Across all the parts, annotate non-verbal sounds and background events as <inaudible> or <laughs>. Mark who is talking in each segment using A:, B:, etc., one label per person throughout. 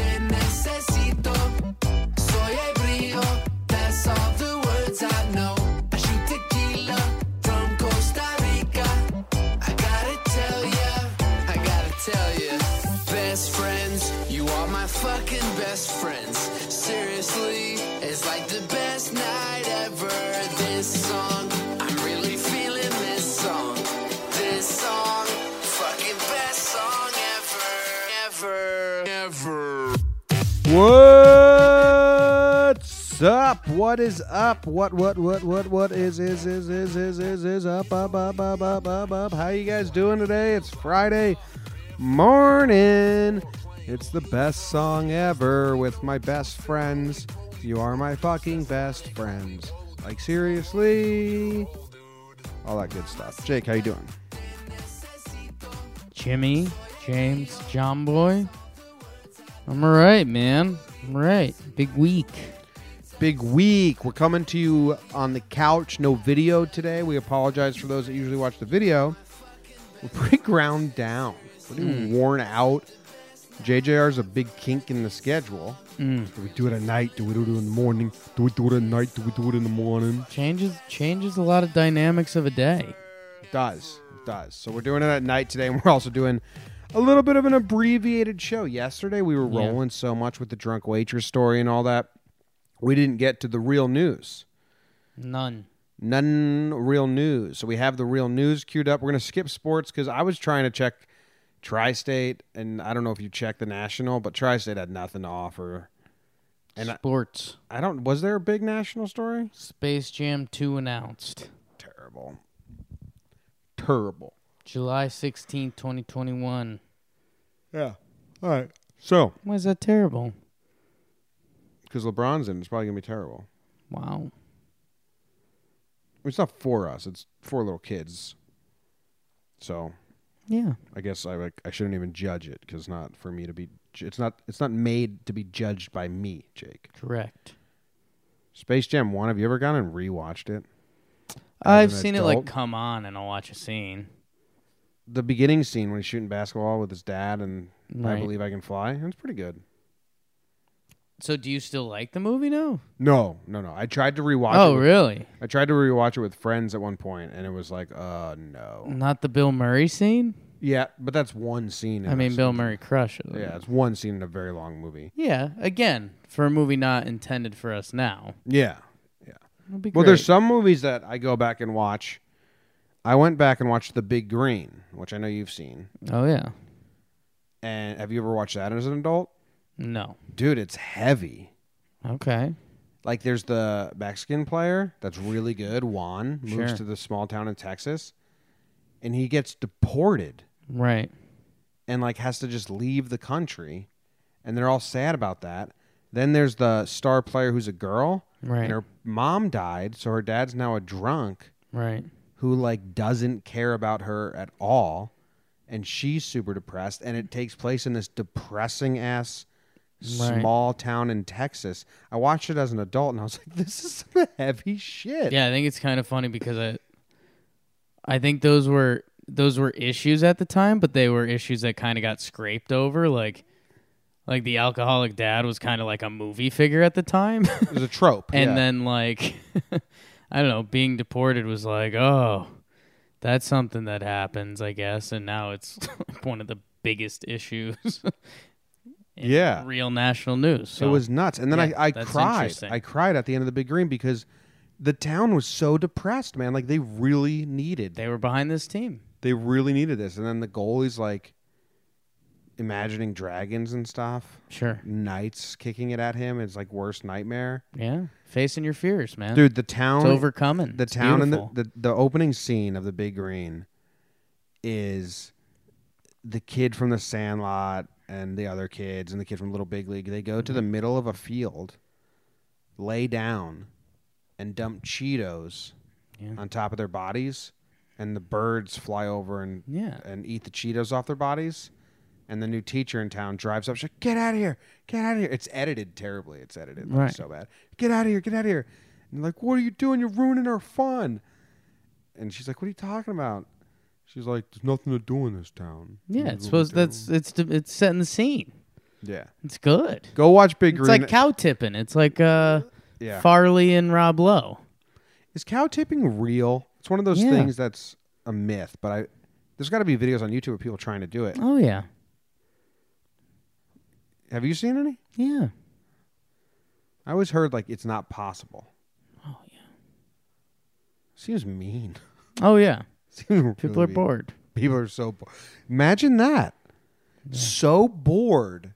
A: Te necesito. Soy el río. That's all the words I know. I shoot tequila from Costa Rica. I gotta tell ya. I gotta tell ya. Best friends. You are my fucking best friends. Seriously, it's like the best night ever. This song. I'm really feeling this song. This song. Fucking best song ever. Ever. Ever.
B: What's up? What is up? What what what what what is is is is is is is up up up up up up up? How you guys doing today? It's Friday morning. It's the best song ever with my best friends. You are my fucking best friends. Like seriously, all that good stuff. Jake, how you doing?
C: Jimmy, James, John Boy. I'm all right, man. I'm all right. Big week.
B: Big week. We're coming to you on the couch. No video today. We apologize for those that usually watch the video. We're pretty <laughs> ground down, pretty worn out. JJR is a big kink in the schedule. Do we do it at night? Do we do it in the morning? Do we do it at night? Do we do it in the morning?
C: Changes changes a lot of dynamics of a day.
B: does. It does. So we're doing it at night today, and we're also doing a little bit of an abbreviated show. Yesterday, we were
C: Yeah.
B: rolling so much with the drunk waitress story and all that, we didn't get to the real news.
C: None.
B: None real news. So we have the real news queued up. We're going to skip sports because I was trying to check Tri State, and I don't know if you checked the National, but Tri State had nothing to offer. And I-
C: Sports.
B: I don't, was there a big national story?
C: Space Jam 2 announced.
B: Terrible. Terrible.
C: July 16, 2021.
B: Yeah. All right. So,
C: Why is that terrible?
B: because LeBron's in, it's probably going to be terrible.
C: Wow.
B: It's not for us, it's for little kids. So,
C: Yeah.
B: I guess I, like, I shouldn't even judge it because not for me to be, it's not, it's not made to be judged by me, Jake.
C: Correct.
B: Space Jam One. Have you ever gone and rewatched it?
C: I've
B: an
C: seen it like
B: adult?
C: come on and I'll watch a scene.
B: The beginning scene when he's shooting basketball with his dad and I
C: Right.
B: believe I can fly. It's pretty good.
C: So do you still like the movie now?
B: No, no, no. I tried to rewatch. it
C: Oh,
B: with-
C: really?
B: I tried to rewatch it with friends at one point, and it was like, uh, no.
C: Not the Bill Murray scene?
B: Yeah, but that's one scene. In
C: I mean,
B: this-
C: Bill Murray crushes. it.
B: Yeah, it's one scene in a very long movie.
C: Yeah, again, for a movie not intended for us now.
B: Yeah.
C: It'll be
B: Well,
C: great.
B: there's some movies that I go back and watch. I went back and watched The Big Green, which I know you've seen.
C: Oh yeah.
B: And have you ever watched that as an adult?
C: No.
B: Dude, it's heavy.
C: Okay.
B: Like there's the Mexican player that's really good, Juan, moves
C: Sure.
B: to the small town in Texas and he gets deported
C: Right.
B: and like has to just leave the country and they're all sad about that. Then there's the star player who's a girl
C: Right.
B: and her mom died, so her dad's now a drunk
C: Right.
B: who like doesn't care about her at all and she's super depressed and it takes place in this depressing ass
C: Right.
B: small town in Texas. I watched it as an adult and I was <laughs> like this is some heavy shit.
C: Yeah, I think it's kind of funny because I I think those were those were issues at the time, but they were issues that kind of got scraped over like like the alcoholic dad was kind of like a movie figure at the time. <laughs>
B: It was a trope.
C: and
B: yeah.
C: then like <laughs> I don't know, being deported was like, "Oh, that's something that happens, I guess." And now it's <laughs> one of the biggest issues. <laughs> in
B: Yeah.
C: Real national
B: it
C: news. So
B: was nuts. And then
C: Yeah,
B: I, I
C: that's
B: cried.
C: interesting.
B: I cried at the end of the big green because the town was so depressed, man. Like they really needed
C: they were behind this team.
B: they really needed this. And then the goalie's like imagining dragons and stuff.
C: Sure.
B: Knights kicking it at him. It's like worst nightmare.
C: Yeah. Facing your fears, man.
B: Dude, the town
C: it's overcoming.
B: the
C: It's
B: town and the,
C: beautiful.
B: the the opening scene of the big green is the kid from the sandlot and the other kids and the kid from Little Big League, they go to
C: Mm-hmm.
B: the middle of a field, lay down, and dump Cheetos
C: Yeah.
B: on top of their bodies, and the birds fly over and
C: Yeah.
B: and eat the Cheetos off their bodies. And the new teacher in town drives up. She's like, "Get out of here! Get out of here!" It's edited terribly. It's edited like,
C: Right.
B: so bad. Get out of here! Get out of here! And they're like, "What are you doing? You're ruining our fun!" And she's like, "What are you talking about?" She's like, "There's nothing to do in this town."
C: Yeah,
B: Nothing
C: it's
B: to
C: supposed
B: do."
C: that's it's it's setting the scene.
B: yeah.
C: It's good.
B: Go watch Big
C: It's
B: Green.
C: like cow tipping. It's like uh,
B: Yeah.
C: Farley and Rob Lowe.
B: Is cow tipping real? It's one of those
C: Yeah.
B: things that's a myth, but I there's got to be videos on YouTube of people trying to do it.
C: Oh yeah,
B: Have you seen any?
C: yeah.
B: I always heard like it's not possible.
C: Oh yeah.
B: Seems mean.
C: Oh yeah.
B: <laughs> Seems
C: People
B: really
C: are
B: mean.
C: bored.
B: People are so bored. Imagine that. So bored.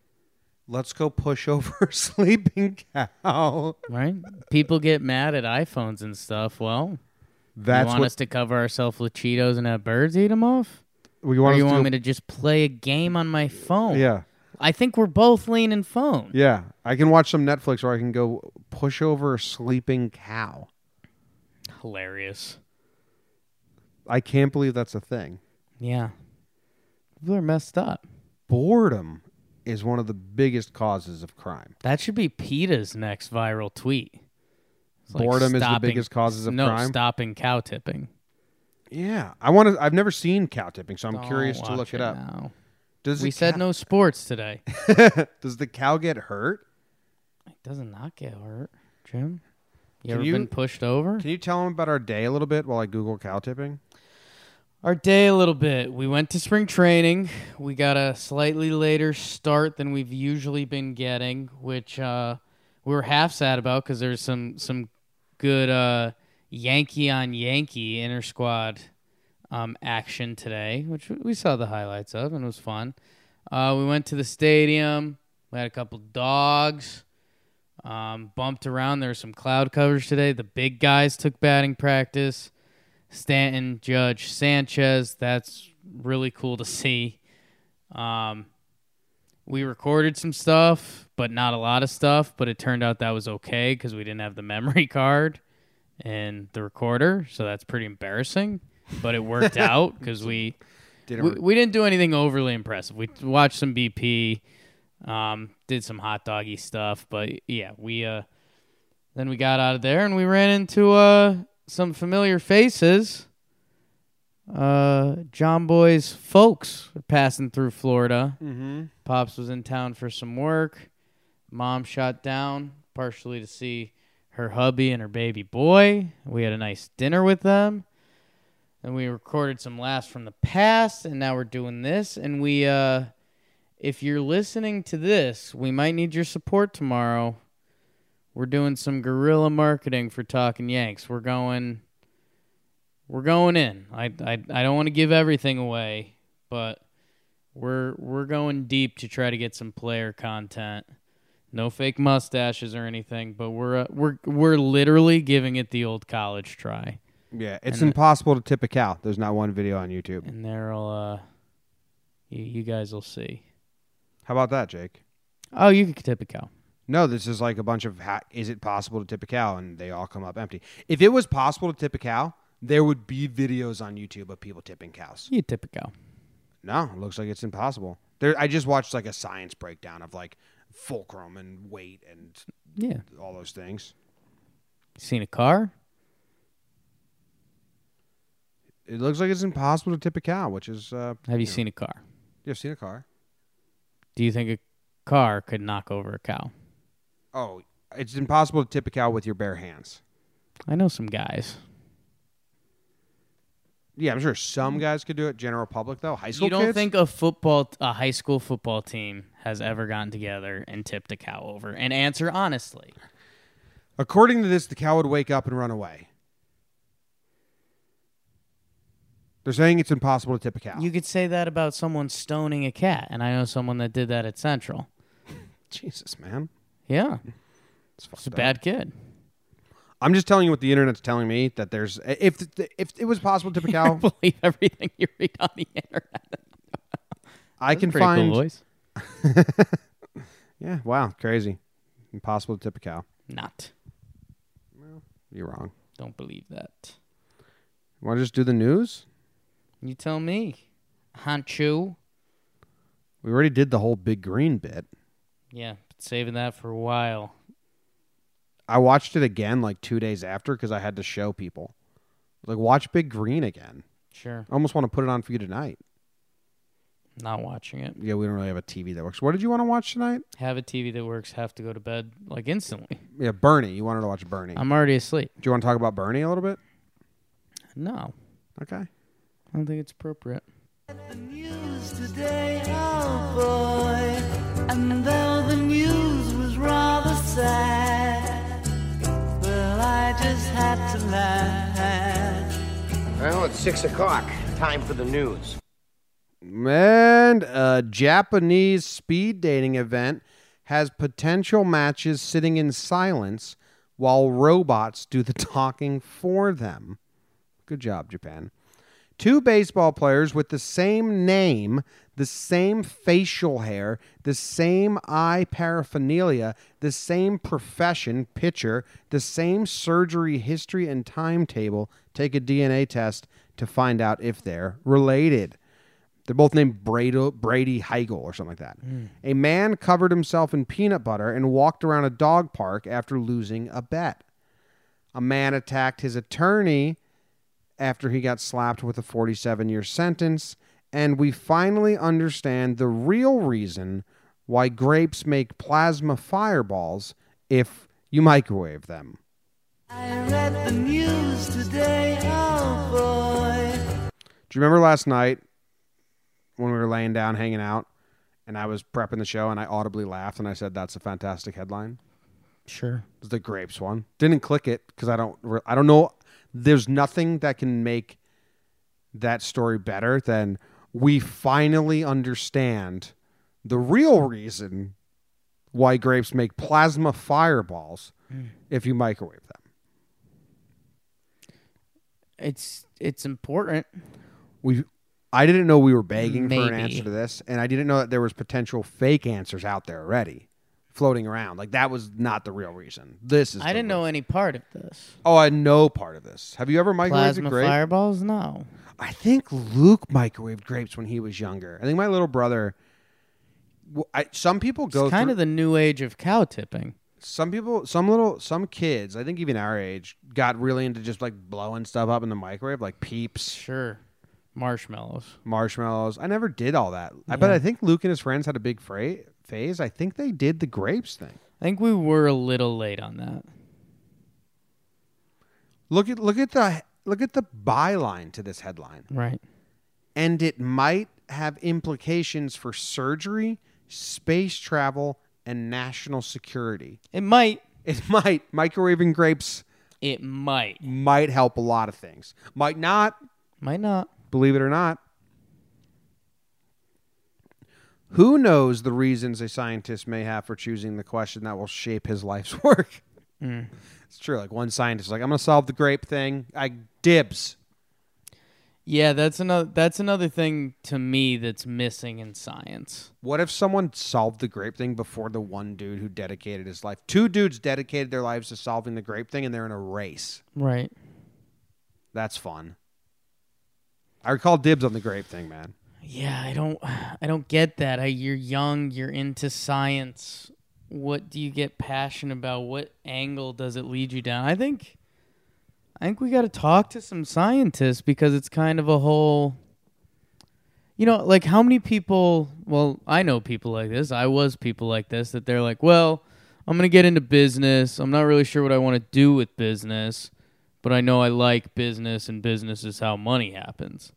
B: Let's go push over <laughs> a sleeping cow.
C: Right? People get mad at iPhones and stuff. Well, you
B: That's
C: want
B: what
C: us to cover ourselves with Cheetos and have birds eat them off?
B: we want
C: Or
B: us
C: you
B: to.
C: want
B: do-
C: me to just play a game on my phone?
B: yeah,
C: I think we're both leaning phone.
B: yeah. I can watch some Netflix, or I can go push over a sleeping cow.
C: Hilarious.
B: I can't believe that's a thing.
C: Yeah. People are messed up.
B: Boredom is one of the biggest causes of crime.
C: That should be PETA's next viral tweet. It's like
B: Boredom is the
C: stopping-
B: biggest causes of
C: no,
B: crime?
C: stopping cow tipping.
B: Yeah, I want to. I've never seen cow tipping, so I'm
C: Don't
B: curious to look
C: Oh, watch
B: it up.
C: now.
B: Does
C: We
B: the
C: said
B: cow-
C: no sports today. <laughs>
B: Does the cow <laughs> get hurt?
C: it doesn't not get hurt, Jim. You
B: Can
C: ever
B: you-
C: been pushed over?
B: Can you tell them about our day a little bit while I Google cow tipping?
C: Our day a little bit. We went to spring training. We got a slightly later start than we've usually been getting, which uh, we were half sad about because there's some some good uh, Yankee on Yankee inter squad um, action today, which we saw the highlights of and it was fun. Uh, we went to the stadium. We had a couple dogs. Um, bumped around. There was some cloud coverage today. The big guys took batting practice. Stanton, Judge, Sanchez. That's really cool to see. Um, we recorded some stuff, but not a lot of stuff. But it turned out that was okay because we didn't have the <laughs> memory card and the recorder, so that's pretty embarrassing. But it worked out because we
B: Did it
C: we, we didn't do anything overly impressive. We watched some BP, um, did some hot doggy stuff, but yeah, we uh, then we got out of there and we ran into uh, some familiar faces. Uh, John Boy's folks were passing through Florida.
B: Mm-hmm.
C: Pops was in town for some work. Mom shot down partially to see her hubby and her baby boy. We had a nice dinner with them. And we recorded some laughs from the past and now we're doing this and we uh if you're listening to this, we might need your support tomorrow. We're doing some guerrilla marketing for Talking Yanks. We're going we're going in. I I I don't want to give everything away, but we're we're going deep to try to get some player content. No fake mustaches or anything, but we're uh, we're we're literally giving it the old college try,
B: Yeah, it's
C: And-
B: impossible to tip a cow. There's not one video on YouTube.
C: and there'll uh, you, you guys will see.
B: How about that, Jake?
C: Oh, you could tip a cow.
B: No, this is like a bunch of ha- is it possible to tip a cow and they all come up empty. If it was possible to tip a cow, there would be videos on YouTube of people tipping cows.
C: You tip a cow.
B: No, it looks like it's impossible. There I just watched like a science breakdown of like fulcrum and weight and
C: Yeah.
B: all those things.
C: Seen a car?
B: It looks like it's impossible to tip a cow, which is uh
C: Have you seen a car?
B: you've seen a car.
C: Do you think a car could knock over a cow?
B: Oh, it's impossible to tip a cow with your bare hands.
C: I know some guys.
B: Yeah, I'm sure some guys could do it. General public though, high school
C: You don't
B: kids?
C: think a football, a high school football team has ever gotten together and tipped a cow over? And answer honestly.
B: According to this, the cow would wake up and run away. They're saying it's impossible to tip a cow.
C: You could say that about someone stoning a cat, and I know someone that did that at Central.
B: Jesus, man.
C: Yeah,
B: It's fucked
C: it's a
B: up.
C: bad kid.
B: I'm just telling you what the internet's telling me that there's if if it was possible to tip a
C: I <laughs>
B: cow,
C: believe everything you read on the internet.
B: I can
C: Pretty
B: find
C: cool voice.
B: Yeah, wow, crazy. Impossible to tip a cow.
C: Not.
B: You're wrong.
C: Don't believe that.
B: Want to just do the news?
C: You tell me. Hanchu.
B: We already did the whole big green bit.
C: Yeah, been saving that for a while.
B: I watched it again like two days after because I had to show people. Like, watch Big Green again.
C: Sure.
B: I almost want to put it on for you tonight.
C: Not watching it.
B: Yeah, we don't really have a TV that works. What did you want to watch tonight?
C: Have a TV that works, have to go to bed like instantly.
B: Yeah, Bernie. You wanted to watch Bernie.
C: I'm already asleep.
B: Do you want to talk about Bernie a little bit?
C: No.
B: Okay.
C: I don't think it's appropriate.
A: The news today, oh boy. And though the news was rather sad, well, I just had to laugh.
D: Well, it's six o'clock. Time for the news.
B: And a Japanese speed dating event has potential matches sitting in silence while robots do the talking for them. Good job, Japan. Two baseball players with the same name, the same facial hair, the same eye paraphernalia, the same profession, pitcher, the same surgery history and timetable take a DNA test to find out if they're related. They're both named Brady, Brady Heigl or something like that. A man covered himself in peanut butter and walked around a dog park after losing a bet. A man attacked his attorney after he got slapped with a 47 year sentence. And we finally understand the real reason why grapes make plasma fireballs if you microwave them.
A: I read the news today, oh boy.
B: Do you remember last night when we were laying down hanging out and I was prepping the show and I audibly laughed and I said, That's a fantastic headline?
C: Sure.
B: It was the grapes one. Didn't click it because I don't. re- I don't know. There's nothing that can make that story better than we finally understand the real reason why grapes make plasma fireballs if you microwave them.
C: It's it's important.
B: We. I didn't know we were begging for an
C: Maybe.
B: answer to this, and I didn't know that there was potential fake answers out there already floating around. Like that was not the real reason. This is. the
C: I didn't
B: real-
C: know any part of this.
B: Oh, I know part of this. Have you ever microwaved
C: Plasma
B: a grape?
C: fireballs? No.
B: I think Luke microwaved grapes when he was younger. I think my little brother. w I some people
C: It's
B: go
C: kind
B: through,
C: of the new age of cow tipping.
B: some people some little some kids I think even our age got really into just like blowing stuff up in the microwave like peeps
C: Sure. Marshmallows.
B: marshmallows I never did all that I but I think Luke and his friends had a big fra- phase I think they did the grapes thing
C: I think we were a little late on that.
B: look at look at the look at the byline to this headline
C: Right.
B: and it might have implications for surgery space travel and national security
C: It might.
B: It <laughs> might. Microwaving grapes
C: It might.
B: might help a lot of things. Might not,
C: Might not.
B: believe it or not. Who knows the reasons a scientist may have for choosing the question that will shape his life's <laughs> work? It's true. Like one scientist, is like I'm going to solve the grape thing. I dibs.
C: Yeah, that's another that's another thing to me that's missing in science.
B: What if someone solved the grape thing before the one dude who dedicated his life? Two dudes dedicated their lives to solving the grape thing, and they're in a race.
C: Right.
B: That's fun. I recall dibs on the grape thing, man.
C: Yeah, I don't I don't get that. I, you're young, you're into science. What do you get passionate about? What angle does it lead you down? I think I think we got to talk to some scientists because it's kind of a whole you know, like how many people, well, I know people like this. I was people like this that they're like, "Well, I'm going to get into business. I'm not really sure what I want to do with business, but I know I like business and business is how money happens."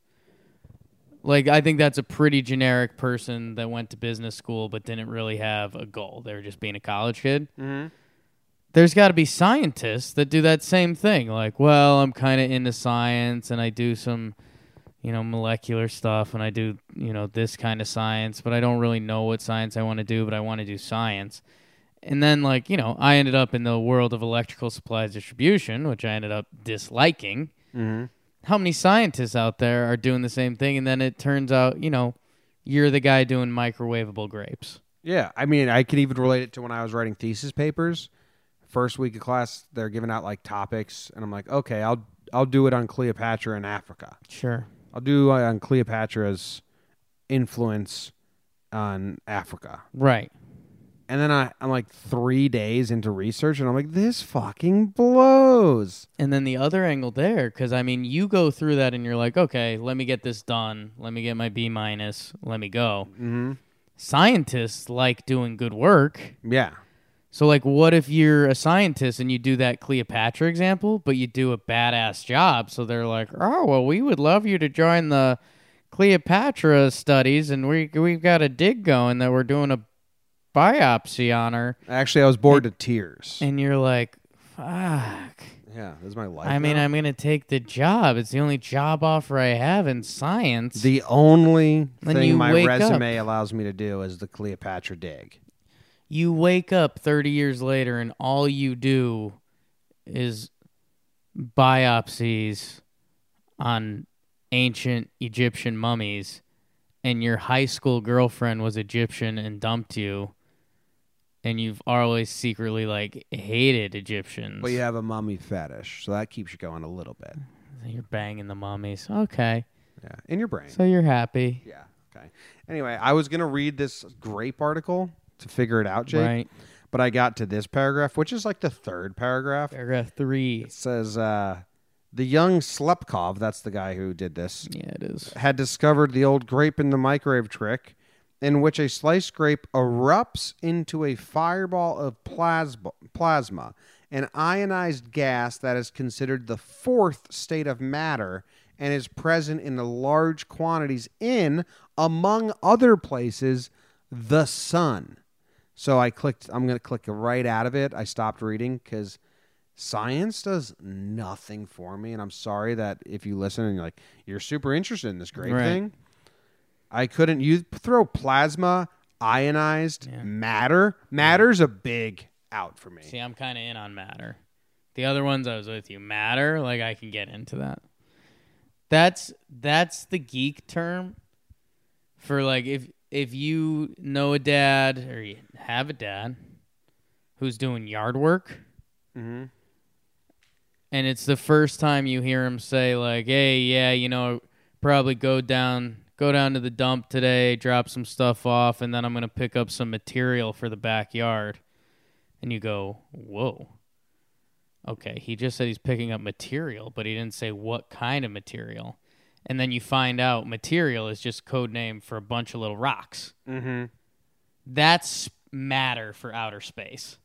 C: Like I think that's a pretty generic person that went to business school but didn't really have a goal. They were just being a college kid. Mm-hmm. There's got to be scientists that do that same thing. Like, well, I'm kind of into science and I do some, you know, molecular stuff and I do, you know, this kind of science, but I don't really know what science I want to do, but I want to do science. And then like, you know, I ended up in the world of electrical supplies distribution, which I ended up disliking how many scientists out there are doing the same thing and then it turns out you know you're the guy doing microwavable grapes.
B: Yeah, I mean, I could even relate it to when I was writing thesis papers. First week of class, they're giving out like topics, and I'm like, okay, I'll I'll do it on Cleopatra in Africa.
C: Sure.
B: I'll do uh, on Cleopatra's influence on Africa.
C: Right.
B: And then I, I'm like three days into research, and I'm like, this fucking blows.
C: And then the other angle there, because I mean, you go through that and you're like, okay, let me get this done. Let me get my B minus. Let me go. Mm-hmm. Scientists like doing good work.
B: Yeah,
C: So, like, what if you're a scientist and you do that Cleopatra example, but you do a badass job? So they're like, oh, well, we would love you to join the Cleopatra studies, and we, we've got a dig going that we're doing a biopsy on her.
B: actually, I was bored to tears.
C: And you're like, fuck.
B: Yeah, this is my life.
C: I mean,
B: now.
C: I'm going to take the job. It's the only job offer I have in science.
B: the only
C: Then
B: thing
C: you
B: my
C: wake up.
B: resume allows me to do is the Cleopatra dig.
C: you wake up 30 years later and all you do is biopsies on ancient Egyptian mummies and your high school girlfriend was Egyptian and dumped you and you've always secretly like hated Egyptians.
B: But you have a mummy fetish, so that keeps you going a little bit.
C: You're banging the mummies. Okay.
B: Yeah, in your brain.
C: So you're happy.
B: yeah. Okay. Anyway, I was gonna read this grape article to figure it out, Jake.
C: Right.
B: But I got to this paragraph, which is like the third paragraph.
C: Paragraph 3.
B: It says uh, the young Slepkov, that's the guy who did this,
C: Yeah, it is.
B: had discovered the old grape in the microwave trick, in which a sliced grape erupts into a fireball of plasma, plasma, an ionized gas that is considered the fourth state of matter and is present in large quantities in, among other places, the sun. So I clicked, I'm going to click right out of it. I stopped reading because science does nothing for me. And I'm sorry that if you listen and you're like, you're super interested in this grape
C: Right.
B: thing, I couldn't. You throw plasma, ionized matter. Matter's a big out for me.
C: See, I'm kind of in on matter. The other ones I was with you, matter, like I can get into that. That's that's the geek term for like if if you know a dad or you have a dad who's doing yard work. And it's the first time you hear him say like, "Hey, yeah, you know, probably go down go down to the dump today, drop some stuff off, and then I'm going to pick up some material for the backyard." and you go, "Whoa." Okay, he just said he's picking up material, but he didn't say what kind of material. And then you find out material is just code name for a bunch of little rocks. Mm-hmm. That's matter for outer space.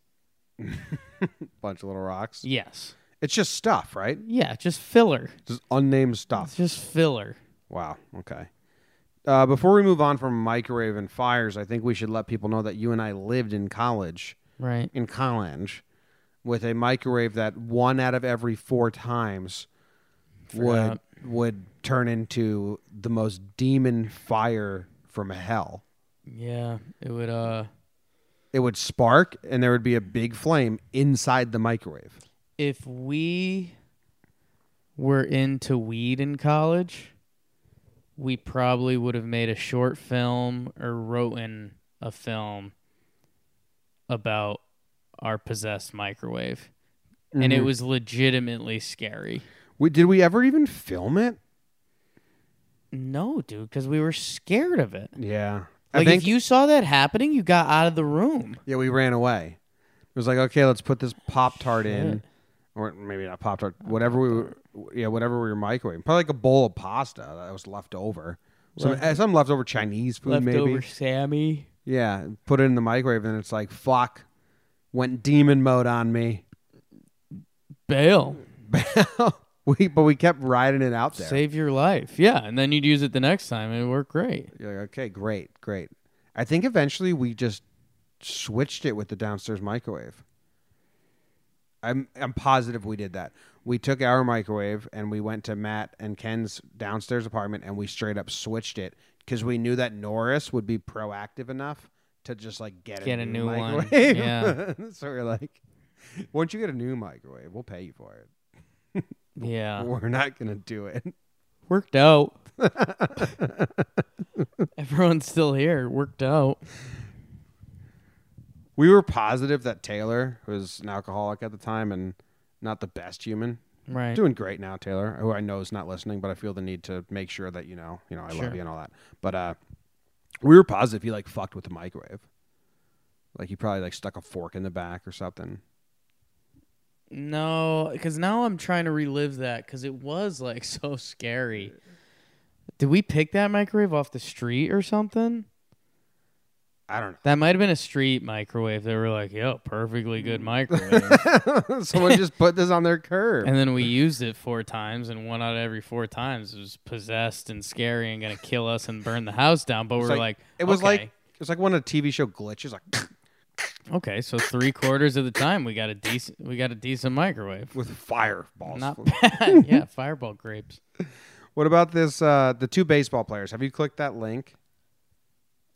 B: Bunch of little rocks.
C: Yes.
B: It's just stuff, right?
C: Yeah, just filler.
B: Just unnamed stuff.
C: It's just filler.
B: Wow. Okay. Uh, before we move on from microwave and fires, I think we should let people know that you and I lived in college,
C: Right.
B: in college, with a microwave that one out of every four times would
C: Forgot.
B: would turn into the most demon fire from hell.
C: Yeah, it would uh
B: It would spark, and there would be a big flame inside the microwave.
C: if we were into weed in college, we probably would have made a short film or written a film about our possessed microwave. And
B: Mm-hmm.
C: it was legitimately scary.
B: We, did we ever even film it?
C: No, dude, because we were scared of it.
B: Yeah, I
C: Like,
B: think
C: if you saw that happening, you got out of the room.
B: Yeah, we ran away. It was like, okay, let's put this Pop Tart in, or maybe not Pop Tart, whatever we were, yeah, whatever we were microwaving. Probably like a bowl of pasta that was left over, some eh, some leftover Chinese food,
C: Leftover
B: maybe.
C: Sammy.
B: Yeah, put it in the microwave, and it's like, fuck, went demon mode on me. <laughs>
C: Bail.
B: we but we kept riding it out there.
C: Save your life. Yeah. And then you'd use it the next time. and It worked great.
B: You're like, okay, great, great. I think eventually we just switched it with the downstairs microwave. I'm I'm positive we did that. We took our microwave and we went to Matt and Ken's downstairs apartment and we straight up switched it because we knew that Norris would be proactive enough to just like get,
C: Get a new one.
B: microwave.
C: Yeah.
B: <laughs> so we're like, once you get a new microwave, we'll pay you for it.
C: Yeah.
B: We're not gonna do it.
C: Worked out. <laughs> Everyone's still here. Worked out.
B: We were positive that Taylor was an alcoholic at the time and not the best human.
C: Right.
B: Doing great now, Taylor, who I know is not listening, but I feel the need to make sure that you know, you know, I
C: Sure.
B: love you and all that. But uh we were positive he like fucked with the microwave. Like he probably like stuck a fork in the back or something.
C: No, because now I'm trying to relive that because it was like <laughs> so scary. Did we pick that microwave off the street or something?
B: I don't
C: That might have been a street microwave. They were like, "Yo, perfectly
B: <laughs>
C: good microwave,"
B: know. Someone just put this on their curb.
C: and then we used it four times, and one out of every four times was possessed and scary and gonna kill us and burn the house down. But we
B: It's
C: were like,
B: it was like
C: "Okay,
B: it was like when a TV show glitches like <laughs>
C: okay, so three quarters of the time we got a decent, we got a decent microwave.
B: with fireballs.
C: Not bad, <laughs> yeah. Fireball grapes.
B: What about this? Uh, the two baseball players. Have you clicked that link?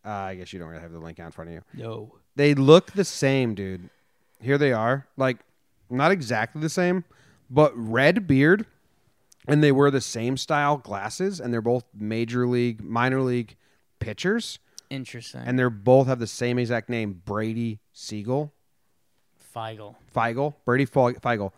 B: Uh, I guess you don't really have the link out in front of you.
C: No,
B: They look the same, dude. Here they are. Like, not exactly the same, but red beard, and they wear the same style glasses, and they're both major league, minor league pitchers,
C: interesting.
B: and they're both have the same exact name, Brady Siegel.
C: Feigl.
B: Feigl, Brady Fe- Feigl.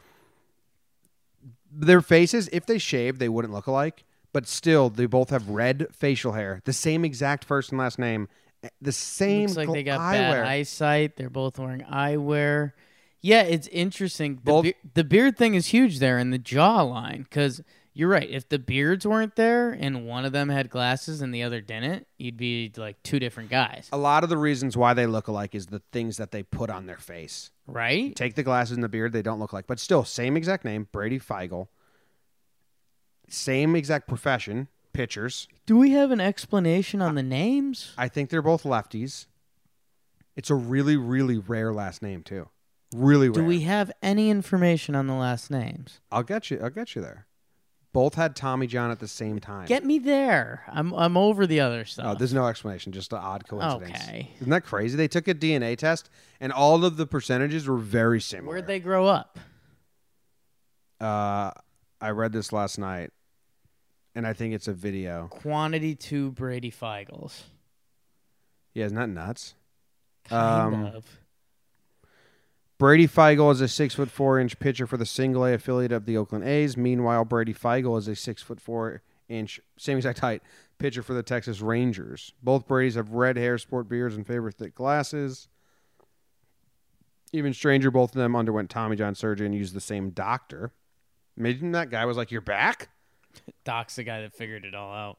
B: Their faces, if they shaved, they wouldn't look alike, but still, they both have red facial hair, the same exact first and last name, eh, the same
C: Looks like
B: gl-
C: they got
B: eyewear.
C: bad eyesight. They're both wearing eyewear. Yeah, it's interesting. The,
B: Both-
C: be- the beard thing is huge there, and the jawline. Because you're right. If the beards weren't there, and one of them had glasses and the other didn't, you'd be like two different guys,
B: A lot of the reasons why they look alike is the things that they put on their face.
C: right?
B: Take the glasses and the beard, they don't look alike, but still, same exact name, Brady Feigl. Same exact profession, pitchers.
C: Do we have an explanation on the names?
B: I think they're both lefties. It's a really, really rare last name too. Really rare.
C: Do we have any information on the last names?
B: I'll get you. I'll get you there. Both had Tommy John at the same time.
C: Get me there. I'm I'm over the other
B: oh,
C: stuff.
B: there's no explanation. Just an odd coincidence.
C: Okay.
B: Isn't that crazy? They took a DNA test, and all of the percentages were very similar.
C: Where'd they grow up?
B: Uh, I read this last night, and I think it's a video.
C: Quantity two Brady Feigles.
B: Yeah, isn't that nuts?
C: Kind
B: Um,
C: of.
B: Brady Feigl is a six foot four inch pitcher for the Single A affiliate of the Oakland A's. Meanwhile, Brady Feigl is a six foot four inch, same exact height, pitcher for the Texas Rangers. Both Brady's have red hair, sport beards, and favor thick glasses. Even stranger, both of them underwent Tommy John surgery and used the same doctor. Imagine that guy was like, "You're back."
C: Doc's the guy that figured it all out.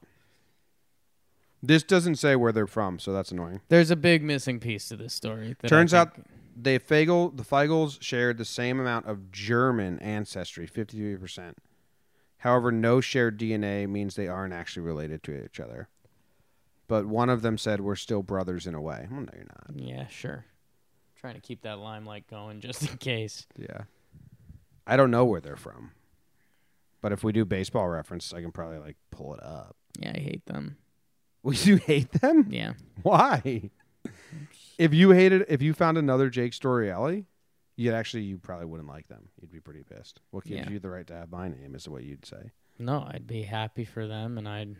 B: This doesn't say where they're from, so that's annoying.
C: There's a big missing piece to this story. that I
B: Turns
C: think-
B: out they Fagel, the Feigels shared the same amount of German ancestry, 53%. However, no shared DNA means they aren't actually related to each other. But one of them said, We're still brothers in a way. Well, no, you're not.
C: Yeah, sure. Trying to keep that limelight going just in case.
B: Yeah. I don't know where they're from. But if we do baseball reference, I can probably like pull it up. <laughs>
C: Yeah, I hate them.
B: Well, you hate them?
C: Yeah.
B: <laughs> Why? If you hated, if you found another Jake Storielli, you'd actually, you probably wouldn't like them. You'd be pretty pissed. What gives
C: Yeah.
B: you the right to have my name is what you'd say.
C: No, I'd be happy for them and I'd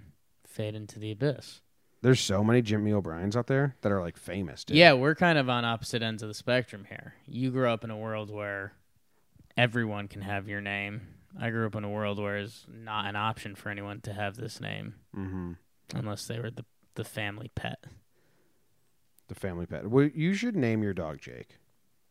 C: fade into the abyss.
B: There's so many Jimmy O'Briens out there that are like famous. Dude.
C: Yeah, we're kind of on opposite ends of the spectrum here. You grew up in a world where everyone can have your name. I grew up in a world where it's not an option for anyone to have this name
B: Mm-hmm.
C: unless they were the, the family pet.
B: The family pet. Well, you should name your dog Jake.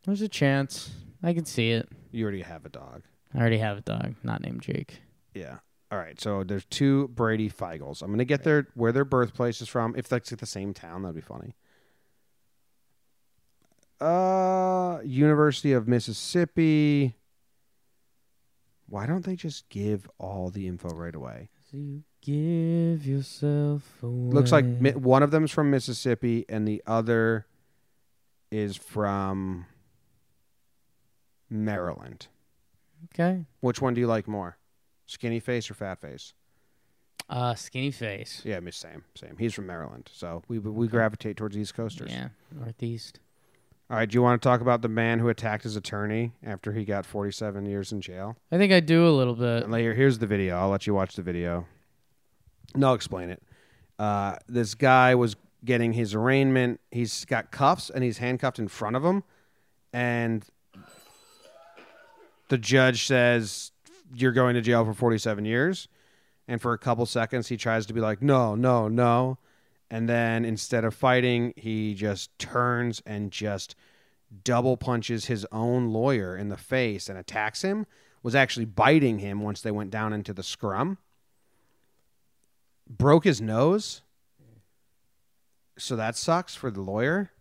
C: There's a chance. I can see it.
B: You already have a dog.
C: I already have a dog, not named Jake.
B: Yeah. All right. So there's two Brady Feigels. I'm gonna get their where their birthplace is from. If that's at the same town, that'd be funny. Uh, University of Mississippi. Why don't they just give all the info right away?
C: You give yourself away.
B: Looks like mi-
C: Mm.
B: one of them's from Mississippi and the other is from Maryland.
C: okay.
B: Which one do you like more? Skinny face or fat face?
C: Uh, skinny face.
B: Yeah, miss same, same. He's from Maryland, so we we gravitate towards East Coasters.
C: Yeah, northeast.
B: All right, do you want to talk about the man who attacked his attorney after he got 47 years in jail?
C: I think I do a little bit.
B: And later, here's the video. I'll let you watch the video. and I'll explain it. Uh, this guy was getting his arraignment. He's got cuffs and he's handcuffed in front of him, and the judge says, "You're going to jail for 47 years." And for a couple seconds, he tries to be like, "No, no, no," and then instead of fighting, he just turns and just double punches his own lawyer in the face and attacks him. Was actually biting him once they went down into the scrum broke his nose. So that sucks for the lawyer.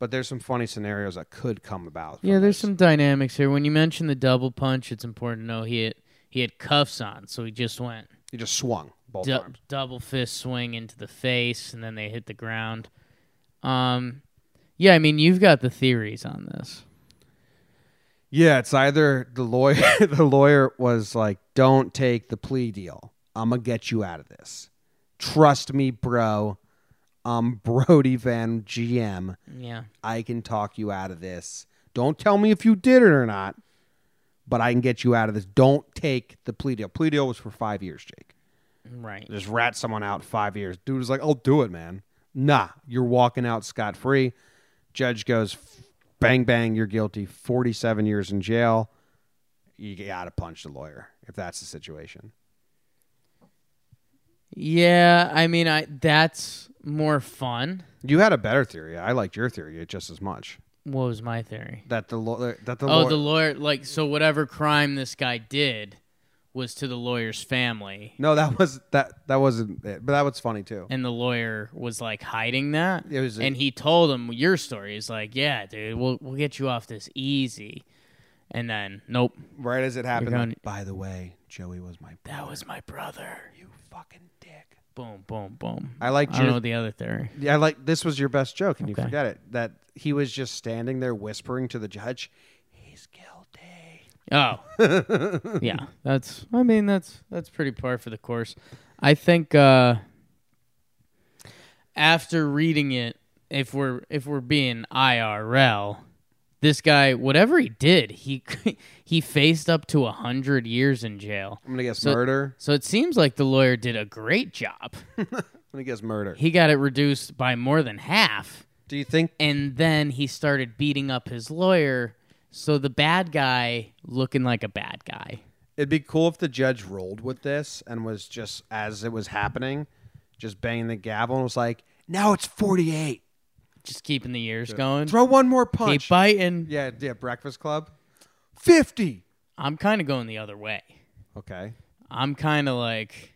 B: But there's some funny scenarios that could come about. from
C: Yeah, there's
B: this.
C: some dynamics here. When you mention the double punch, it's important to know he had, he had cuffs on, so he just went
B: He just swung both
C: du-
B: arms.
C: double fist swing into the face, and then they hit the ground. Um, yeah, I mean, you've got the theories on this.
B: Yeah, it's either the lawyer. <laughs> the lawyer was like, "Don't take the plea deal. I'm gonna get you out of this. Trust me, bro. I'm <laughs> Brody Van GM.
C: Yeah,
B: I can talk you out of this. Don't tell me if you did it or not, but I can get you out of this. Don't take the plea deal. Plea deal was for five years, Jake.
C: right.
B: just rat someone out five years. Dude was like, I'll do it, man. Nah, you're walking out scot free. Judge goes, bang, bang, you're guilty. 47 years in jail. You got to punch the lawyer if that's the situation.
C: Yeah, I mean, I that's more fun.
B: You had a better theory. I liked your theory just as much.
C: What was my theory?
B: That the lawyer, that the
C: Oh,
B: law-
C: the lawyer. Like, so whatever crime this guy did was to the lawyer's family,
B: no, that was that that wasn't it, but that was funny too.
C: and the lawyer was like hiding that.
B: It was a-
C: and he told him your story. He's like, "Yeah, dude, we'll we'll get you off this easy." And then, nope,
B: right as it happened,
C: going-
B: like, by the way, Joey was my
C: that was my brother.
B: you fucking dick.
C: Boom, boom, boom.
B: I liked
C: I don't
B: your-
C: know the other theory.
B: Yeah, I like this was your best joke, and you
C: Okay.
B: forget it. That he was just standing there whispering to the judge, "He's guilty."
C: Oh, yeah. That's. I mean, that's that's pretty par for the course. I think uh, after reading it, if we're if we're being IRL, this guy, whatever he did, he <laughs> he faced up to a hundred years in jail.
B: I'm gonna guess
C: So-
B: murder.
C: So it seems like the lawyer did a great job.
B: I'm gonna guess murder.
C: He got it reduced by more than half,
B: Do you think?
C: and then he started beating up his lawyer. So the bad guy looking like a bad guy.
B: It'd be cool if the judge rolled with this and was just as it was happening, just banging the gavel and was like, "Now it's 48.
C: just keeping the years going.
B: Throw one more
C: Keep
B: punch."
C: biting.
B: yeah, yeah. Breakfast Club, 50.
C: I'm kind of going the other way.
B: Okay.
C: I'm kind of like,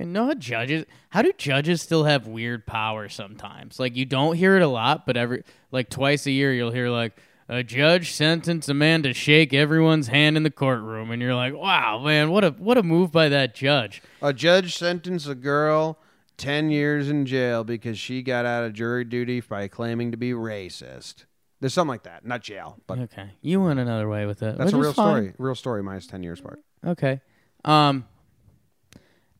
C: you know, how judges. How do judges still have weird power sometimes? Like you don't hear it a lot, but every like twice a year you'll hear like a judge sentenced a man to shake everyone's hand in the courtroom, and you're like, wow, man, what a what a move by that judge.
B: A judge sentenced a girl 10 years in jail because she got out of jury duty by claiming to be racist. There's something like that. Not jail, but
C: Okay, you went another way with it.
B: that's
C: which
B: a
C: is
B: real
C: fine.
B: story. Real story minus 10 years part.
C: Okay. Um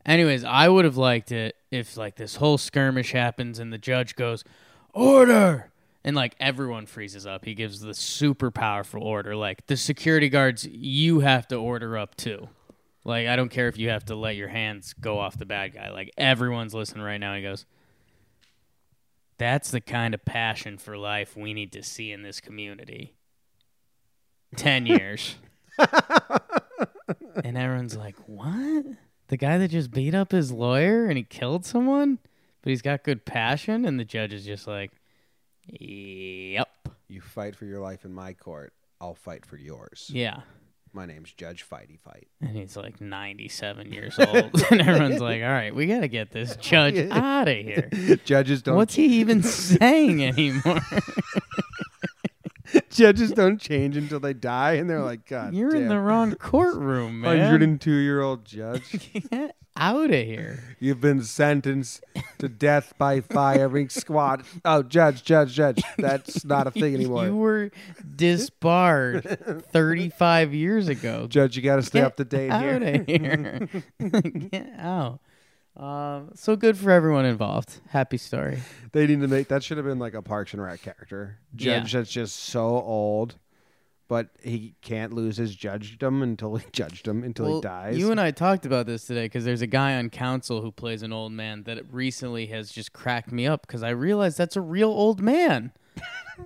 C: anyways, I would have liked it if like this whole skirmish happens and the judge goes, "Order!" and like everyone freezes up. He gives the super powerful order like the security guards you have to order up too. Like I don't care if you have to let your hands go off the bad guy. Like everyone's listening right now. He goes, "That's the kind of passion for life we need to see in this community." 10 years. And everyone's like, "What? The guy that just beat up his lawyer and he killed someone, but he's got good passion." And the judge is just like, "Yep,
B: You fight for your life in my court. I'll fight for yours.
C: yeah."
B: My name's Judge Fighty Fight.
C: And he's like 97 years old, <laughs> and everyone's like, "All right, we gotta get this judge out of here."
B: <laughs> Judges <laughs> don't
C: <laughs> What's he
B: <laughs>
C: even saying anymore?
B: judges don't change until they die and they're like, God.
C: You're in the wrong courtroom,
B: <laughs>
C: man.
B: 102 year old judge.
C: <laughs> Get out of here.
B: You've been sentenced to death by firing
C: <laughs>
B: squad. Oh, judge, judge, judge. That's not a thing anymore.
C: You were
B: <laughs>
C: disbarred 35 years ago.
B: Judge, you got to stay up to date here.
C: out of here.
B: <laughs>
C: <laughs> Get out. Um, so good for everyone involved. Happy story.
B: They need to make that should have been like a Parks and Rec character. Judge
C: Yeah.
B: that's just so old, but he can't lose his judgedom until he <laughs> judged him until
C: Well,
B: he dies.
C: You and I talked about this today because there's a guy on council who plays an old man that recently has just cracked me up because I realized that's a real
B: <laughs>
C: old man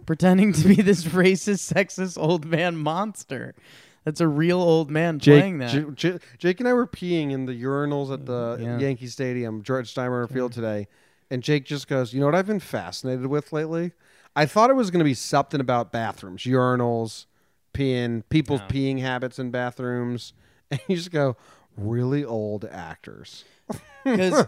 C: pretending to be this racist, sexist old man monster. That's a real old man playing that.
B: J- J- Jake and I were peeing in the urinals at the
C: Yeah.
B: Yankee Stadium, George Steinbrenner Field today, and Jake just goes, "You know what I've been fascinated with lately? I thought it was going to be something about bathrooms, urinals, peeing, people's peeing habits in bathrooms." <laughs> And you just go, "Really old actors."
C: 'Cause-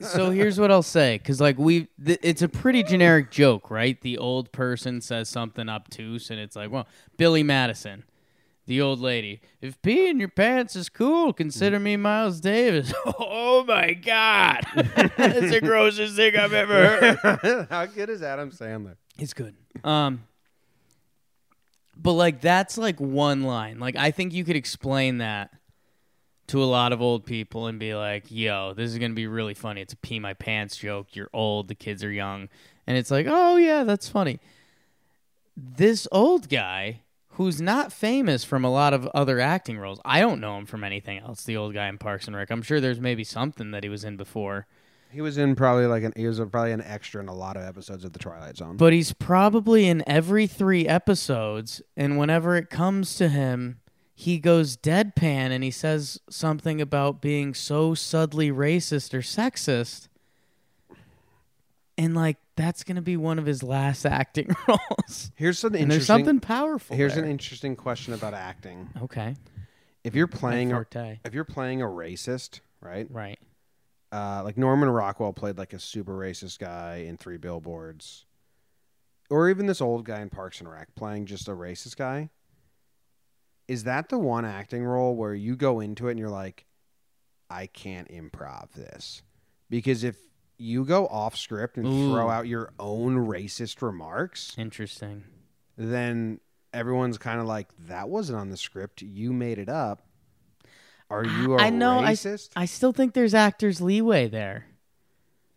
C: so here's what I'll say because like we, th- it's a pretty generic joke, right? The old person says something obtuse, and it's like, well, Billy Madison, the old lady. If pee in your pants is cool, consider me Miles Davis. <laughs> oh my God, <laughs> that's the grossest thing I've ever heard.
B: <laughs> How good is Adam Sandler?
C: It's good. Um, but like that's like one line. Like I think you could explain that to a lot of old people and be like, "Yo, this is gonna be really funny. It's a pee my pants joke. You're old. The kids are young." And it's like, "Oh yeah, that's funny." This old guy who's not famous from a lot of other acting roles. I don't know him from anything else. The old guy in Parks and Rec. I'm sure there's maybe something that he was in before.
B: He was in probably like an he was probably an extra in a lot of episodes of The Twilight Zone.
C: But he's probably in every three episodes, and whenever it comes to him, he goes deadpan and he says something about being so subtly racist or sexist. And like that's gonna be one of his last acting <laughs> roles.
B: here's something
C: And there's something powerful.
B: Here's
C: there.
B: an interesting question about acting.
C: okay,
B: If you're playing a,
C: forte.
B: if you're playing a racist, right?
C: right?
B: uh, like Norman Rockwell played like a super racist guy in Three Billboards, or even this old guy in Parks and Rec playing just a racist guy. Is that the one acting role where you go into it and you're like, I can't improv this? Because if you go off script and
C: Ooh.
B: throw out your own racist remarks,
C: Interesting.
B: then everyone's kind of like, that wasn't on the script. You made it up. Are you a
C: I know. I,
B: racist?
C: I still think there's actors leeway there.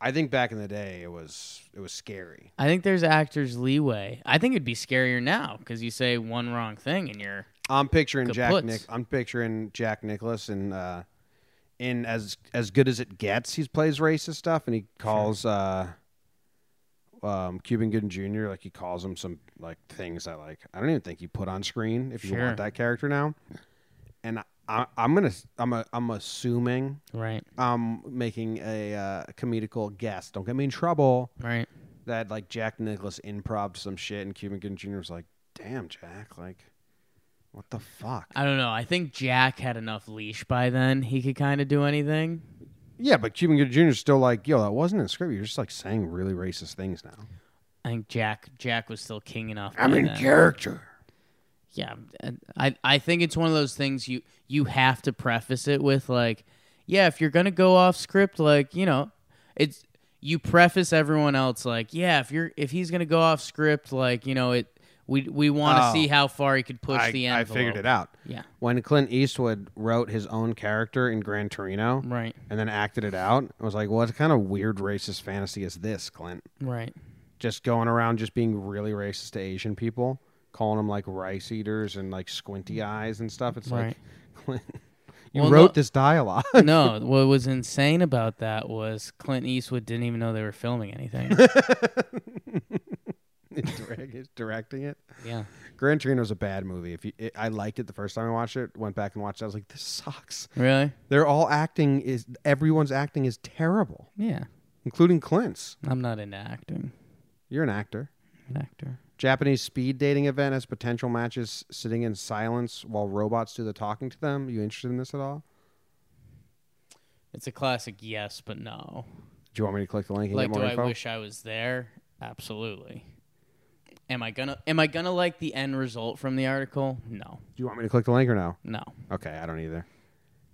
B: I think back in the day it was it was scary.
C: I think there's actors leeway. I think it'd be scarier now because you say one wrong thing and you're
B: I'm picturing Jack
C: Kaputz.
B: Nick. I'm picturing Jack Nicholas and uh, in as as good as it gets. He plays racist stuff and he calls uh, um, Cuban Gooden Jr. like he calls him some like things that like I don't even think he put on screen. If you
C: Sure.
B: want that character now, and I, I'm gonna I'm a, I'm assuming
C: right,
B: I'm making a uh, comedical guess. Don't get me in trouble.
C: right.
B: that like Jack Nicholas improv some shit, and Cuban Gooding Jr. was like, "Damn, Jack, like, what the fuck?"
C: I don't know. I think Jack had enough leash by then. He could kind of do anything.
B: yeah, but Cuban Gooding Jr. is still like, "Yo, that wasn't in the script. You're just like saying really racist things now."
C: I think Jack Jack was still king enough.
B: I'm
C: by
B: in
C: then.
B: character.
C: Yeah, and I I think it's one of those things you you have to preface it with like, yeah, if you're gonna go off script, like you know, it's you preface everyone else like, yeah, if you're if he's gonna go off script, like you know it. We, we want to
B: Oh.
C: see how far he could push
B: I,
C: the
B: I
C: envelope.
B: figured it out.
C: Yeah.
B: When Clint Eastwood wrote his own character in Gran Torino,
C: Right.
B: and then acted it out, I was like, "What kind of weird racist fantasy is this, Clint?
C: Right.
B: Just going around just being really racist to Asian people." Calling them like rice eaters and like squinty eyes and stuff. It's
C: Mm. Right.
B: like, Clint, <laughs> you
C: Well,
B: wrote
C: no-
B: this dialogue. <laughs>
C: no, what was insane about that was Clint Eastwood didn't even know they were filming
B: <laughs>
C: anything.
B: direct, is directing it.
C: yeah.
B: Gran Torino's a bad movie. If you, it, I liked it the first time I watched it, went back and watched it. I was like, this sucks.
C: Really?
B: They're all acting is everyone's acting is terrible,
C: Yeah.
B: including Clint's.
C: I'm not into acting.
B: You're an actor.
C: I'm an actor.
B: Japanese speed dating event has potential matches sitting in silence while robots do the talking to them. You interested in this at all?
C: It's a classic yes, but no.
B: Do you want me to click the link and
C: Like,
B: get
C: do
B: more
C: I
B: info?
C: wish I was there? Absolutely. Am I gonna am I gonna like the end result from the article? No.
B: do you want me to click the link or no?
C: No.
B: Okay, I don't either.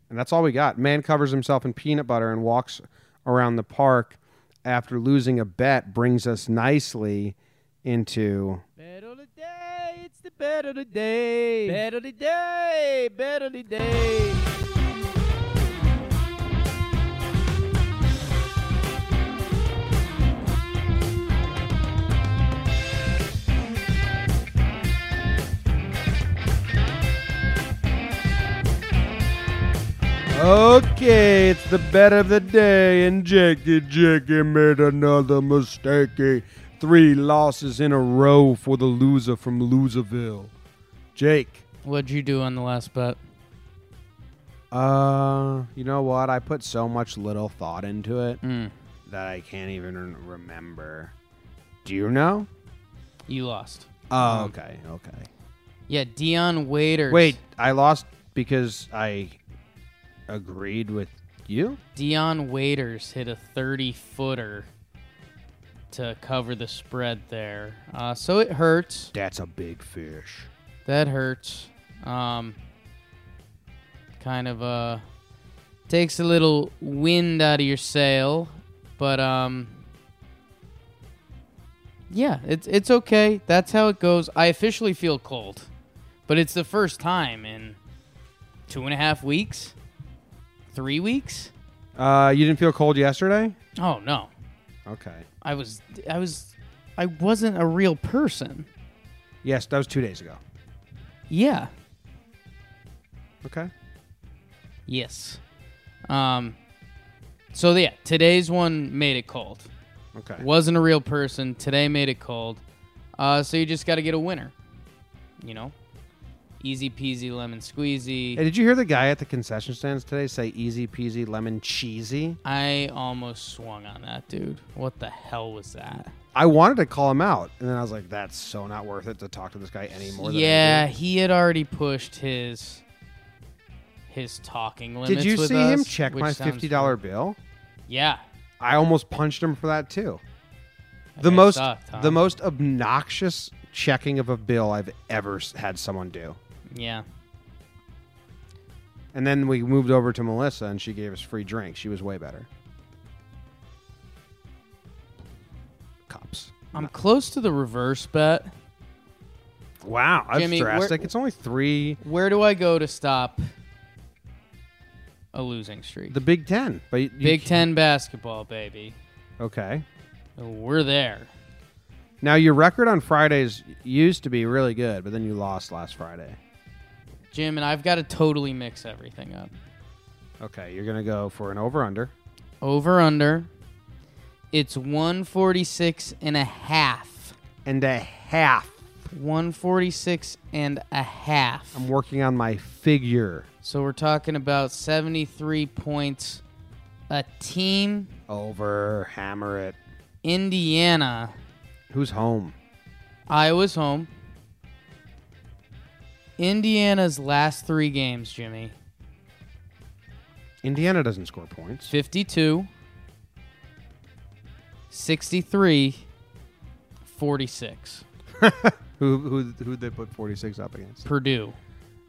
B: And that's all we got. Man covers himself in peanut butter and walks around the park after losing a bet, brings us nicely into.
C: Better today, it's the better today. Better today, better today.
B: Okay, it's the bet of the day, and Jakey Jakey made another mistake. Three losses in a row for the loser from Loserville. Jake,
C: What'd you do on the last bet?
B: uh, you know what? I put so much little thought into it that I can't even remember. Do you know?
C: You lost.
B: Oh, okay, okay.
C: Yeah, Dion Waiters.
B: Wait, I lost because I agreed with you?
C: Dion Waiters hit a 30 footer to cover the spread there. Uh, so it hurts.
B: That's a big fish.
C: That hurts. Um, kind of uh, takes a little wind out of your sail, but um, yeah, it's it's okay. That's how it goes. I officially feel cold, but it's the first time in two and a half weeks, three weeks.
B: Uh, you didn't feel cold yesterday?
C: Oh no,
B: Okay.
C: I was I was I wasn't a real person.
B: Yes, that was two days ago.
C: Yeah.
B: Okay.
C: Yes. Um so yeah, today's one made it cold.
B: Okay.
C: Wasn't a real person. Today made it cold. Uh so you just got to get a winner. You know? Easy peasy lemon
B: Hey,
C: squeezy.
B: did you hear the guy at the concession stands today say easy peasy lemon cheesy?
C: I almost swung on that dude. What the hell was that?
B: I wanted to call him out, and then I was like, that's so not worth it to talk to this guy anymore.
C: yeah, he had already pushed his his talking
B: Did
C: limits.
B: you
C: with
B: see
C: us,
B: him check
C: which
B: my
C: sounds
B: fifty dollar bill?
C: Yeah.
B: I almost punched him for that too.
C: That
B: The
C: guy
B: most,
C: sucked, huh?
B: the most obnoxious checking of a bill I've ever s- had someone do.
C: Yeah.
B: And then we moved over to Melissa, and she gave us free drinks. She was way better. Cops.
C: I'm close to the reverse bet.
B: Wow, that's
C: Jimmy, where-
B: drastic. It's only three.
C: Where do I go to stop a losing streak?
B: The Big Ten, but you, you
C: Big
B: ca-
C: Ten basketball, baby.
B: Okay.
C: We're there.
B: Now your record on Fridays used to be really good, but then you lost last Friday.
C: Jim, and I've got to totally mix everything up.
B: Okay, you're gonna go for an over under.
C: Over under. It's 146 and a half.
B: and a half.
C: 146 and a half.
B: I'm working on my figure.
C: So we're talking about 73 points a team.
B: Over, hammer it.
C: Indiana
B: Who's home?
C: Iowa's home. Indiana's last three games, Jimmy
B: Indiana doesn't score points.
C: 52, 63, 46.
B: Who who who they put 46 up against?
C: Purdue.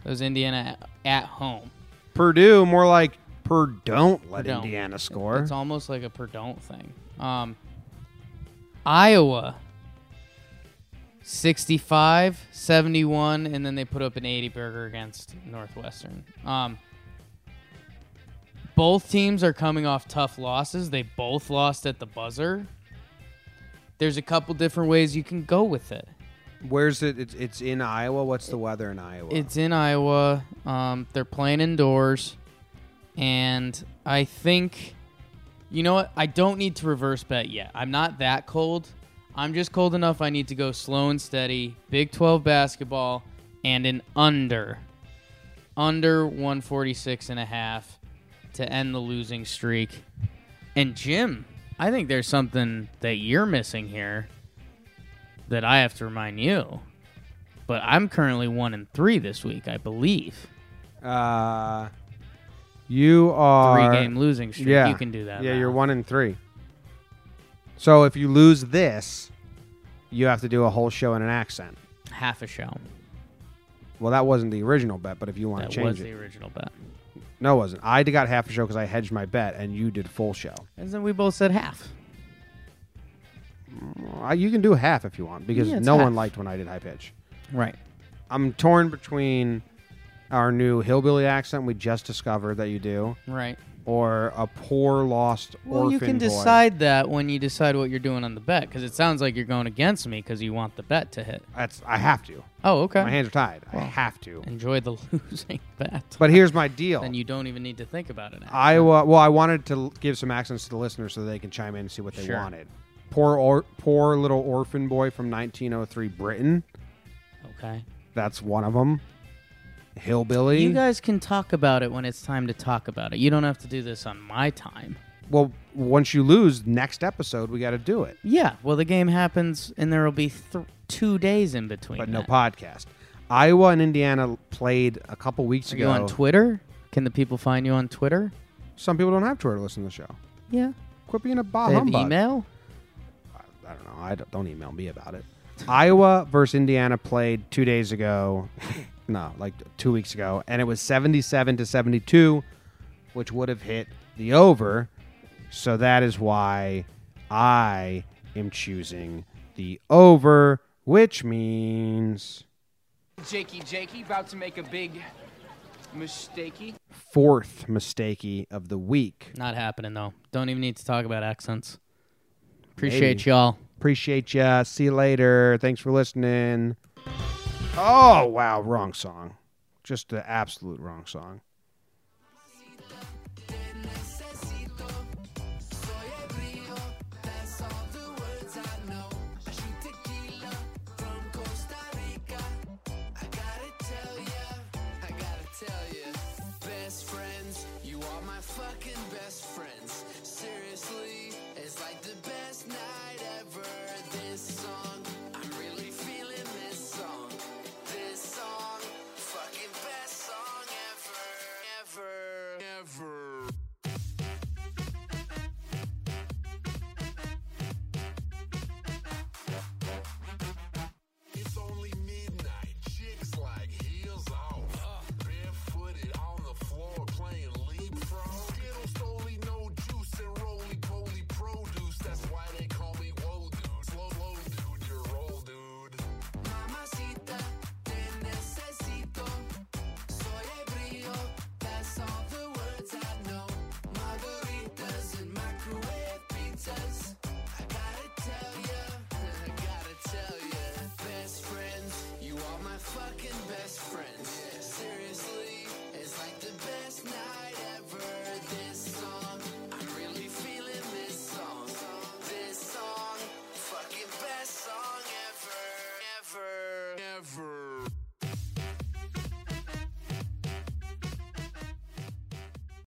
C: That was Indiana at- at home.
B: Purdue, more like per don't let
C: Perdone.
B: Indiana score.
C: It's almost like a per don't thing. Um, Iowa, 65, 71, and then they put up an 80 burger against Northwestern. Um, both teams are coming off tough losses. They both lost at the buzzer. There's a couple different ways you can go with it.
B: Where's it? It's, it's in Iowa. What's the weather in Iowa?
C: It's in Iowa. Um, they're playing indoors, and I think, you know what? I don't need to reverse bet yet. I'm not that cold. I'm just cold enough. I need to go slow and steady. Big 12 basketball and an under, under 146 and a half to end the losing streak. And Jim, I think there's something that you're missing here that I have to remind you but I'm currently one and three this week, I believe.
B: uh, you
C: Three
B: are
C: game losing streak.
B: Yeah,
C: You can do that.
B: Yeah,
C: now.
B: you're one and three. So if you lose this, you have to do a whole show in an accent.
C: half a show.
B: Well, that wasn't the original bet, but if you want
C: That
B: to change
C: was
B: it,
C: the original bet.
B: No, it wasn't. I got half a show because I hedged my bet, and you did full show.
C: And then we both said half.
B: I, you can do half if you want because
C: Yeah, it's
B: no one
C: half.
B: liked when I did high pitch.
C: Right.
B: I'm torn between our new hillbilly accent we just discovered that you do,
C: Right.
B: or a poor lost
C: Well,
B: orphan
C: you can
B: boy.
C: decide that when you decide what you're doing on the bet, because it sounds like you're going against me because you want the bet to hit.
B: That's I have to.
C: Oh, okay.
B: My hands are tied. I have to.
C: Enjoy the <laughs> losing bet.
B: But here's my deal.
C: then you don't even need to think about it.
B: I wa- well, I wanted to l- give some accents to the listeners so they can chime in and see what they
C: Sure.
B: wanted. Poor or, poor little orphan boy from 1903 Britain.
C: okay.
B: That's one of them. Hillbilly.
C: You guys can talk about it when it's time to talk about it. You don't have to do this on my time.
B: well, once you lose, next episode we got to do it,
C: Yeah. Well, the game happens, and there will be th- two days in between.
B: but no
C: that.
B: podcast. Iowa and Indiana played a couple weeks
C: Are
B: ago.
C: you on Twitter? Can the people find you on Twitter?
B: Some people don't have Twitter. to Listen to the show.
C: Yeah.
B: Quit being a bah
C: They have
B: humbug.
C: email.
B: I don't know. I don't, don't email me about it. Iowa versus Indiana played two days ago. <laughs> no, like two weeks ago, and it was seventy-seven to seventy-two, which would have hit the over. So that is why I am choosing the over, which means
E: Jakey Jakey about to make a big mistakey.
B: fourth mistakey of the week.
C: Not happening though. Don't even need to talk about accents. Appreciate
B: Maybe.
C: y'all.
B: Appreciate ya. See you later. Thanks for listening. Oh wow, wrong song. Just the absolute wrong song.
A: <laughs>